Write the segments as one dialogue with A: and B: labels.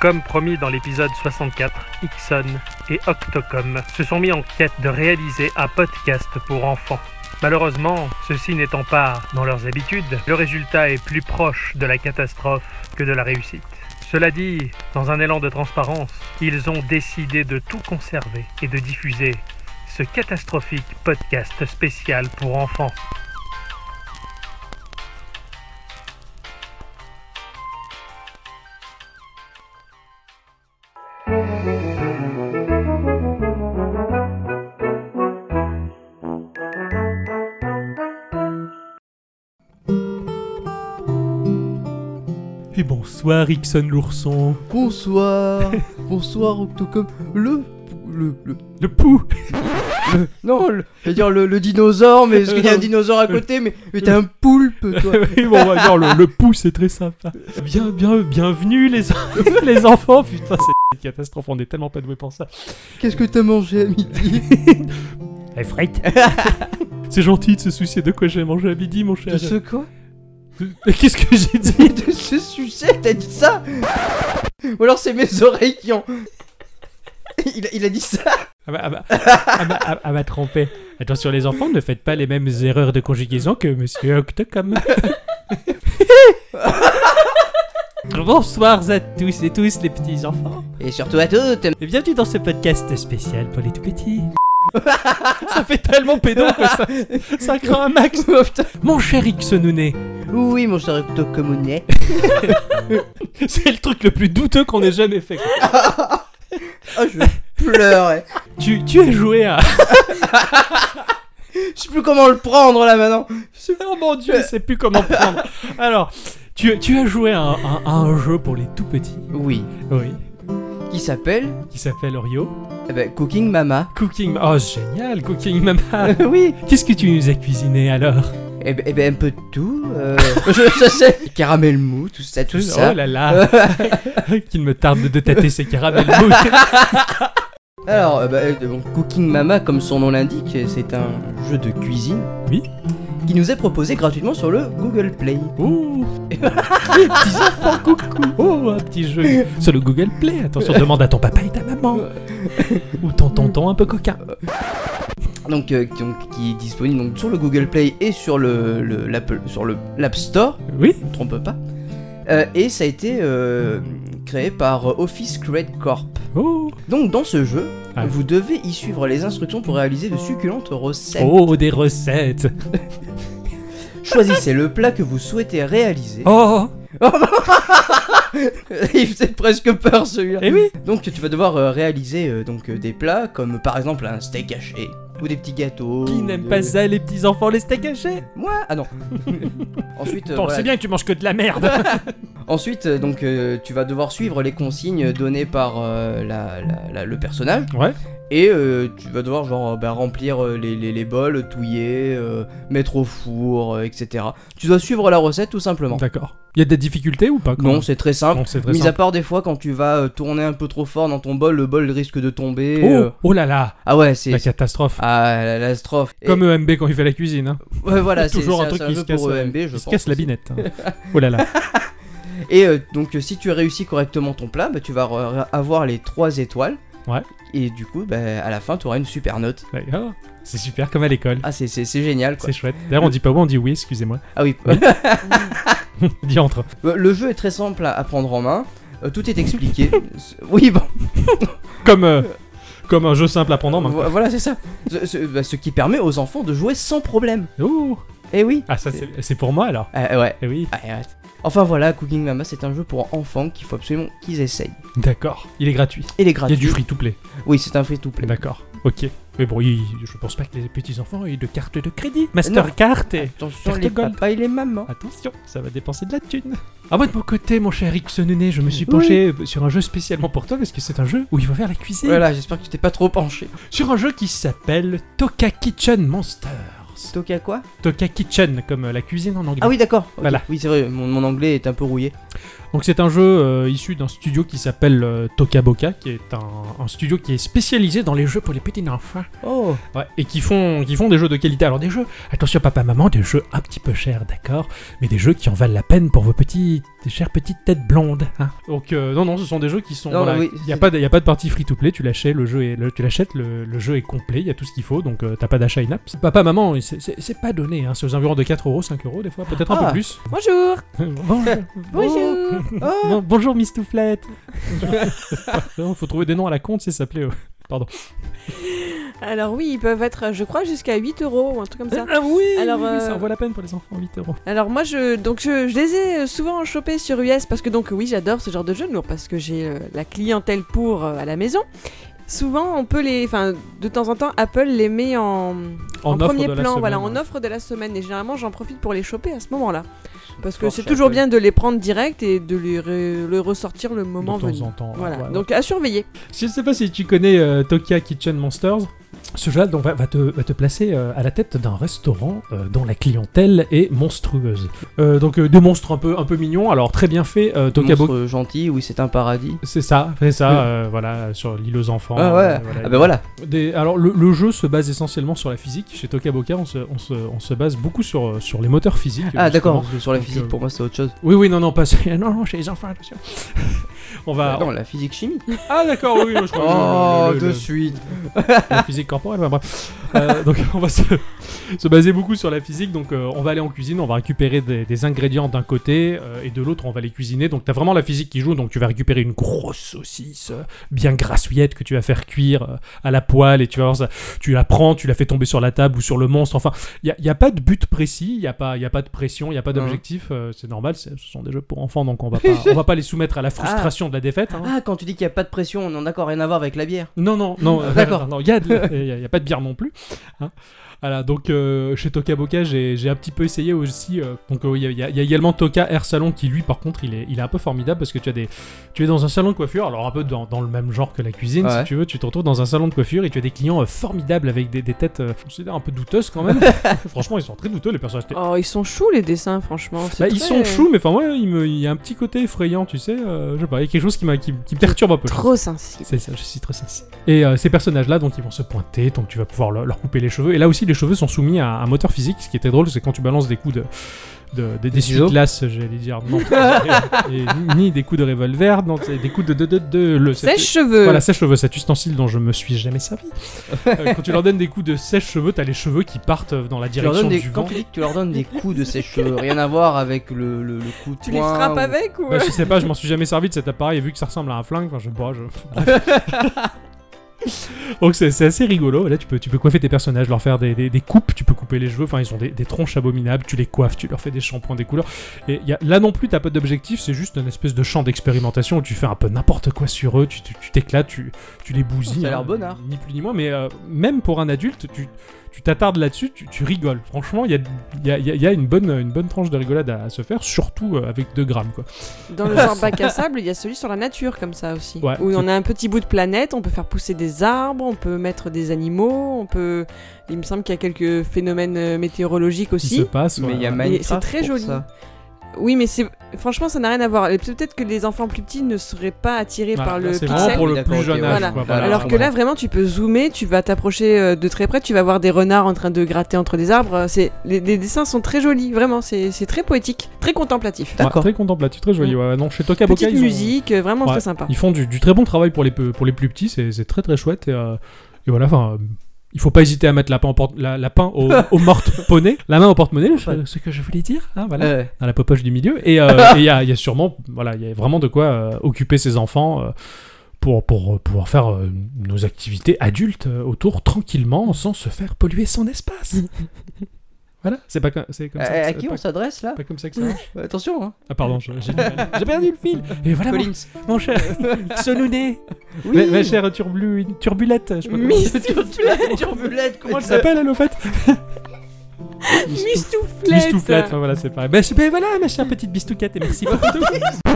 A: Comme promis dans l'épisode 64, Ixon et Octocom se sont mis en quête de réaliser un podcast pour enfants. Malheureusement, ceci n'étant pas dans leurs habitudes, le résultat est plus proche de la catastrophe que de la réussite. Cela dit, dans un élan de transparence, ils ont décidé de tout conserver et de diffuser ce catastrophique podcast spécial pour enfants.
B: Et bonsoir Ixon l'ourson.
C: Bonsoir, bonsoir Octocom, le, le, le,
B: Le pou
C: le- non, le, je veux dire le, le dinosaure, mais parce qu'il y a un
B: Non.
C: dinosaure à côté, mais, mais t'es un poulpe, toi.
B: Oui, bon, bah, genre, le, le pou c'est très sympa. Bien, bien, bienvenue les, en- les enfants. Putain, c'est une catastrophe, on est tellement pas doué pour ça.
C: Qu'est-ce que t'as mangé à midi
B: Eh, frites C'est gentil de se soucier de quoi j'ai mangé à midi, mon cher.
C: De ce quoi
B: Qu'est-ce que j'ai dit
C: De ce sucette, t'as dit ça Ou alors c'est mes oreilles qui ont... Il a, il a dit ça
B: Ah bah, ah bah, ah bah, ah bah, ah bah, trompé. Attention les enfants, ne faites pas les mêmes erreurs de conjugaison que Monsieur Octocom. Bonsoir à tous et tous les petits enfants.
C: Et surtout à toutes
B: Et bienvenue dans ce podcast spécial pour les tout petits. ça fait tellement pédo que ça, ça craint un max.
C: Oh, putain.
B: Mon cher Ixonouné,
C: Oui, mon cher Octocomounet.
B: c'est le truc le plus douteux qu'on ait jamais fait. quoi.
C: Oh, je pleurais.
B: Tu, tu as joué à.
C: Je sais plus comment le prendre, là, maintenant.
B: Oh mon dieu, je sais plus comment prendre. Alors, tu, tu as joué à un, à- à un jeu pour les tout petits.
C: Oui.
B: Oui.
C: Qui s'appelle
B: Qui s'appelle Orio.
C: eh ben, Cooking Mama.
B: Cooking. Ma- Oh, génial, Cooking Mama.
C: oui
B: Qu'est-ce que tu nous as cuisiné alors
C: Eh ben, eh ben, un peu de tout. Euh, je, je sais. Caramel mou, tout ça, tout ça.
B: Oh là là. Qu'il me tarde de tâter ces caramels mous.
C: Alors, euh, bah, euh, bon, Cooking Mama, comme son nom l'indique, c'est un jeu de cuisine.
B: Oui.
C: Qui nous est proposé gratuitement sur le Google Play.
B: Ouh Petits enfants, coucou Oh, un petit jeu Sur le Google Play, attention, demande à ton papa et ta maman Ou ton tonton un peu coquin
C: Donc, euh, donc, qui est disponible donc, sur le Google Play et sur le, le- l'Apple- sur le l'App Store,
B: Oui
C: je me trompe pas. Euh, et ça a été euh, créé par Office Create Corp.
B: Oh
C: Donc dans ce jeu,
B: Ah.
C: vous devez y suivre les instructions pour réaliser de succulentes recettes.
B: Oh, des recettes
C: Choisissez le plat que vous souhaitez réaliser.
B: Oh
C: Il faisait presque peur celui-là.
B: Eh oui
C: Donc tu vas devoir euh, réaliser euh, donc euh, des plats comme par exemple un steak haché ou des petits gâteaux.
B: Qui
C: ou
B: n'aime
C: de-
B: pas ça, les petits enfants, les steaks hachés
C: Moi Ah non. Ensuite, euh,
B: Bon,
C: voilà.
B: c'est bien que tu manges que de la merde
C: Ensuite euh, donc euh, tu vas devoir suivre les consignes données par euh, la- la- la- le personnage
B: Ouais
C: et euh, tu vas devoir genre euh, bah, remplir euh, les, les- les bols, touiller, euh, mettre au four, euh, etc. Tu dois suivre la recette tout simplement.
B: D'accord. Il y a des difficultés ou pas quand
C: Non, c'est très simple.
B: Non, c'est très
C: Mis à
B: simple.
C: part des fois quand tu vas euh, tourner un peu trop fort dans ton bol, le bol risque de tomber.
B: Oh,
C: euh,
B: oh là là
C: Ah ouais, c'est
B: La catastrophe
C: Ah, la, la strophe. Et-
B: Comme EMB quand il fait la cuisine, hein.
C: ouais, voilà, c'est
B: toujours
C: c'est
B: un truc
C: c'est
B: qui se
C: jeu
B: casse,
C: pour
B: euh,
C: EMB, je
B: qui se
C: pense.
B: casse la binette. hein. Oh là là.
C: Et euh, donc, euh, si tu réussis correctement ton plat, bah, tu vas re- avoir les 3 étoiles.
B: Ouais.
C: Et du coup, bah, à la fin, tu auras une super note.
B: D'accord. C'est super comme à l'école.
C: Ah, c'est- c'est c'est génial quoi.
B: C'est chouette. D'ailleurs, on dit pas oui, on dit oui, excusez-moi.
C: Ah oui.
B: Oui. On dit entre.
C: Euh, le jeu est très simple à, à prendre en main. Euh, tout est expliqué. C'est- oui, bon.
B: Comme, euh, comme un jeu simple à prendre en main.
C: vo- voilà, c'est ça. Ce, ce- bah, ce qui permet aux enfants de jouer sans problème.
B: Ouh.
C: Eh oui.
B: Ah, ça, c'est c'est pour moi alors.
C: Euh, ouais.
B: Eh oui,
C: Ah, ouais. Enfin voilà, Cooking Mama, c'est un jeu pour enfants qu'il faut absolument qu'ils essayent.
B: d'accord. Il est gratuit.
C: Il est
B: Il y
C: gratuit.
B: a du free to play.
C: Oui, c'est un free to play.
B: D'accord. Ok. Mais bon, il- je pense pas que les petits enfants aient de carte de crédit. Mastercard
D: Eh,
B: et.
C: Attention
B: Carte
C: les
B: Gold.
C: papas et les mamans.
B: Attention, ça va dépenser de la thune. Ah, moi de mon côté, mon cher Ixonene, je me suis penché euh, sur un jeu spécialement pour toi parce que c'est un jeu où il faut faire la cuisine.
C: Voilà, j'espère que tu t'es pas trop penché.
B: Sur un jeu qui s'appelle Toka Kitchen Monsters.
C: Toka quoi
B: Toka Kitchen, comme euh, la cuisine en anglais.
C: Ah oui, d'accord. Ok.
B: Voilà.
C: Oui, c'est vrai, mon, mon anglais est un peu rouillé.
B: Donc c'est un jeu euh, issu d'un studio qui s'appelle euh, Tokaboka, qui est un, un studio qui est spécialisé dans les jeux pour les petits enfants.
C: Oh,
B: Ouais, et qui font, qui font des jeux de qualité. Alors des jeux, attention papa, maman, des jeux un petit peu chers, d'accord, mais des jeux qui en valent la peine pour vos petites, chères petites têtes blondes. hein. Donc euh, non, non, ce sont des jeux qui sont...
C: Non, oui,
B: il n'y a,
C: c'est-
B: pas de- y a pas de partie free-to-play, tu l'achètes, le jeu est, le, tu l'achètes, le, le jeu est complet, il y a tout ce qu'il faut, donc euh, t'as pas d'achat in-app. Papa, maman, c'est- c'est c'est pas donné, hein, c'est aux environs de 4 euros, 5 euros des fois, peut-être un peu
C: Ah.
B: plus.
D: Bonjour
B: Bonjour.
D: Bonjour
C: oh.
B: Bon- bonjour Miss Touflette Non, Faut trouver des noms à la compte, c'est ça plaît.
D: Alors oui, ils peuvent être, je crois, jusqu'à 8 euros ou un truc comme ça.
B: Ah oui,
D: Alors,
B: oui, oui,
D: euh,
B: ça en vaut la peine pour les enfants, 8 euros.
D: Alors moi, je, donc je, je les ai euh, souvent chopés sur US parce que donc oui, j'adore ce genre de jeu de lourd parce que j'ai euh, la clientèle pour euh, à la maison. Souvent, on peut les, enfin, de temps en temps, Apple les met en, en
B: offre
D: premier
B: de la
D: plan,
B: semaine,
D: voilà,
B: ouais.
D: en offre de la semaine. Et généralement, j'en profite pour les choper à ce moment-là parce que
C: Fort
D: c'est
C: chez
D: toujours
C: Apple.
D: bien de les prendre direct et de les re- le ressortir le
B: De
D: moment
B: temps
D: venu.
B: en temps. ouais,
D: Voilà,
B: ouais, ouais.
D: donc à surveiller.
B: Je sais pas si tu connais euh, Tokia Kitchen Monsters. Ce jeu-là donc, va, va te, va te placer euh, à la tête d'un restaurant euh, dont la clientèle est monstrueuse. Euh, donc euh, des monstres un peu, un peu mignons, alors très bien fait. Euh, Tokabo,
C: Monstre gentil, oui, c'est un paradis.
B: c'est ça, c'est ça,
C: Oui.
B: euh, voilà, sur l'île aux enfants.
C: Ah
B: euh,
C: ouais,
B: voilà,
C: ah bah voilà.
B: Des- alors le, le jeu se base essentiellement sur la physique. Chez Tokaboka, on se, on se- on se base beaucoup sur, euh, sur les moteurs physiques. justement.
C: Ah d'accord, parce que sur la
B: Donc,
C: physique,
B: euh,
C: pour moi c'est autre chose.
B: Oui, oui, non, non, pas non, non, chez les enfants, attention. on va.
C: non, la physique chimie.
B: Ah d'accord, oui, oui, je crois.
C: Oh,
B: que le- le-
C: de
B: le-
C: suite.
B: la physique corporelle, enfin bref. Euh, donc on va se, se baser beaucoup sur la physique. Donc euh, on va aller en cuisine, on va récupérer des, des ingrédients d'un côté euh, et de l'autre on va les cuisiner. Donc t'as vraiment la physique qui joue. Donc tu vas récupérer une grosse saucisse euh, bien grassouillette que tu vas faire cuire euh, à la poêle et tu vas voir ça. Tu la prends, tu la fais tomber sur la table ou sur le monstre. Enfin, il n'y a, pas de but précis, il n'y a, pas- y a pas de pression, il n'y a pas d'objectif. euh, c'est normal, c'est- ce sont des jeux pour enfants donc on va pas, on va pas les soumettre à la frustration de la défaite. hein.
C: Ah, quand tu dis qu'il n'y a pas de pression, on en d'accord, rien à voir avec la bière.
B: Non, non, non, euh,
C: D'accord.
B: non, non, Il n'y a, de la- il y a- il y a pas de bière non plus. hein. Voilà, donc euh, chez Tokaboka, j'ai j'ai un petit peu essayé aussi. euh, donc euh, il y, a- il y a il y a également Toka Air Salon qui, lui, par contre, il est, il est un peu formidable parce que tu, as des, tu es dans un salon de coiffure, alors un peu dans, dans le même genre que la cuisine, si
C: Ouais.
B: tu veux. Tu te retrouves dans un salon de coiffure et tu as des clients euh, formidables avec des, des têtes, euh, je considère un peu douteuses quand même. Franchement, ils sont très douteux, les personnages.
D: Oh, ils sont choux les dessins, franchement. c'est
B: Bah, ils
D: très-
B: sont choux, mais enfin, moi, il, me- il y a un petit côté effrayant, tu sais. euh, je sais pas, il y a quelque chose qui, m'a- qui, qui me perturbe un peu. je pense.
D: Trop sensibles.
B: C'est ça, je suis trop sincère. Et euh, ces personnages-là, donc ils vont se pointer, donc tu vas pouvoir leur, leur couper les cheveux. Et là aussi, les cheveux sont soumis à un moteur physique. Ce qui était drôle, c'est quand tu balances des coups de. de- des- des
C: Des ciseaux
B: glaces, j'allais dire. Non, et, ni- ni des coups de revolver, non, c'est des coups de. de, de, de- le,
D: Sèche-cheveux.
B: Voilà, sèche-cheveux, cet ustensile dont je me suis jamais servi. Euh, quand tu leur donnes des coups de sèche-cheveux, t'as les cheveux qui partent dans la
C: Tu leur
B: direction
C: donnes des...
B: du
C: Quand
B: vent.
C: tu dis que tu leur donnes des coups de sèche-cheveux, rien à voir avec le, le, le coup de
D: Tu les
C: poing
D: frappes
C: ou-
D: avec ou
B: Bah,
D: euh
B: je sais pas, je m'en suis jamais servi de cet appareil, et vu que ça ressemble à un flingue, enfin, je sais pas, je... Donc c'est c'est assez rigolo, là tu peux, tu peux coiffer tes personnages, leur faire des, des- des coupes, tu peux couper les cheveux, enfin ils ont des, des tronches abominables, tu les coiffes, tu leur fais des shampoings, des couleurs. Et y a- là non plus t'as pas d'objectif, c'est juste une espèce de champ d'expérimentation où tu fais un peu n'importe quoi sur eux, tu tu- tu t'éclates, tu, tu les bousilles.
C: Ça a l'air
B: hein,
C: bonnard.
B: Ni plus ni moins, mais euh, même pour un adulte, tu tu t'attardes là-dessus, tu, tu rigoles. Franchement, il y a, y a- y a- y a une, bonne, une bonne tranche de rigolade à, à se faire, surtout euh, avec 2 grammes quoi.
D: Dans le genre bac à sable, il y a celui sur la nature comme ça aussi.
B: Ouais.
D: où on a un petit bout de planète, on peut faire pousser des arbres, on peut mettre des animaux, on peut. Il me semble qu'il y a quelques phénomènes euh, météorologiques
B: qui se
D: aussi.
B: passe.
C: Mais il y a
B: voilà.
D: Et
C: Minecraft
D: c'est très
C: pour
D: joli.
C: ça.
D: Oui, mais c'est franchement, ça n'a rien à voir. Et Peut-être que les enfants plus petits ne seraient pas attirés
B: Voilà,
D: par
B: là,
D: le
B: c'est
D: pixel.
B: vraiment pour le
C: D'accord,
B: plus
C: ok,
B: jeune
D: ouais.
B: âge.
D: Voilà.
B: quoi,
D: Alors que là, vraiment, tu peux zoomer, tu vas t'approcher euh, de très près, tu vas voir des renards en train de gratter entre des arbres. euh, C'est les, les dessins sont très jolis, vraiment. C'est c'est très poétique, très contemplatif.
B: Ouais,
C: D'accord.
B: très contemplatif, très joli. Ouais, non, chez Tokaboka,
D: Mm. Petite
B: ils, ont-
D: musique, euh, vraiment
B: Ouais.
D: très sympa.
B: ils font du, du très bon travail pour les, peu- pour les plus petits. C'est c'est très très chouette. Et, euh, et voilà, enfin. euh, Il faut pas hésiter à mettre la pain, au porte- la, la pain au, au porte-monnaie, la main au porte-monnaie, je- ce que je voulais dire, hein, voilà,
C: Euh,
B: dans la popoche du milieu. Et euh, et il y, a, il y a sûrement, voilà, il y a vraiment de quoi euh, occuper ses enfants euh, pour, pour euh, pouvoir faire euh, nos activités adultes euh, autour tranquillement, sans se faire polluer son espace. voilà, c'est pas comme, c'est comme ça.
C: Euh, à, à
B: c'est
C: qui
B: pas-
C: on s'adresse là
B: Pas comme ça que ça marche.
C: Euh, Attention, hein.
B: Ah pardon, je- j'ai j'ai perdu le fil. Et voilà mon,
C: Collins.
B: mon cher Sonounet.
C: Oui.
B: Ma, ma chère turblu, turbulette. Je sais pas comment-
D: Miss
C: Turbulette,
B: Comment elle s'appelle elle au fait
D: Mistouflette.
B: Ben, Bistouflette. Enfin, voilà, c'est pareil. Bah, je- bah, voilà, ma chère petite bistouquette et merci pour tout.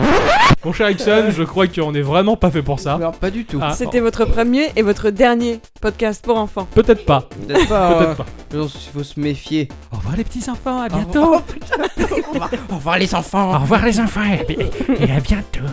B: Mon cher Ixon, je crois qu'on est vraiment pas fait pour ça.
C: Non, pas du tout.
B: Ah,
D: C'était votre premier et votre dernier podcast pour enfants.
B: Peut-être pas.
C: Peut-être pas.
B: Peut-être pas.
C: euh, non, Il faut se méfier.
B: Au revoir les petits enfants, à
C: revoir.
B: bientôt.
C: Au revoir les enfants.
B: Au revoir les enfants et- et et à bientôt.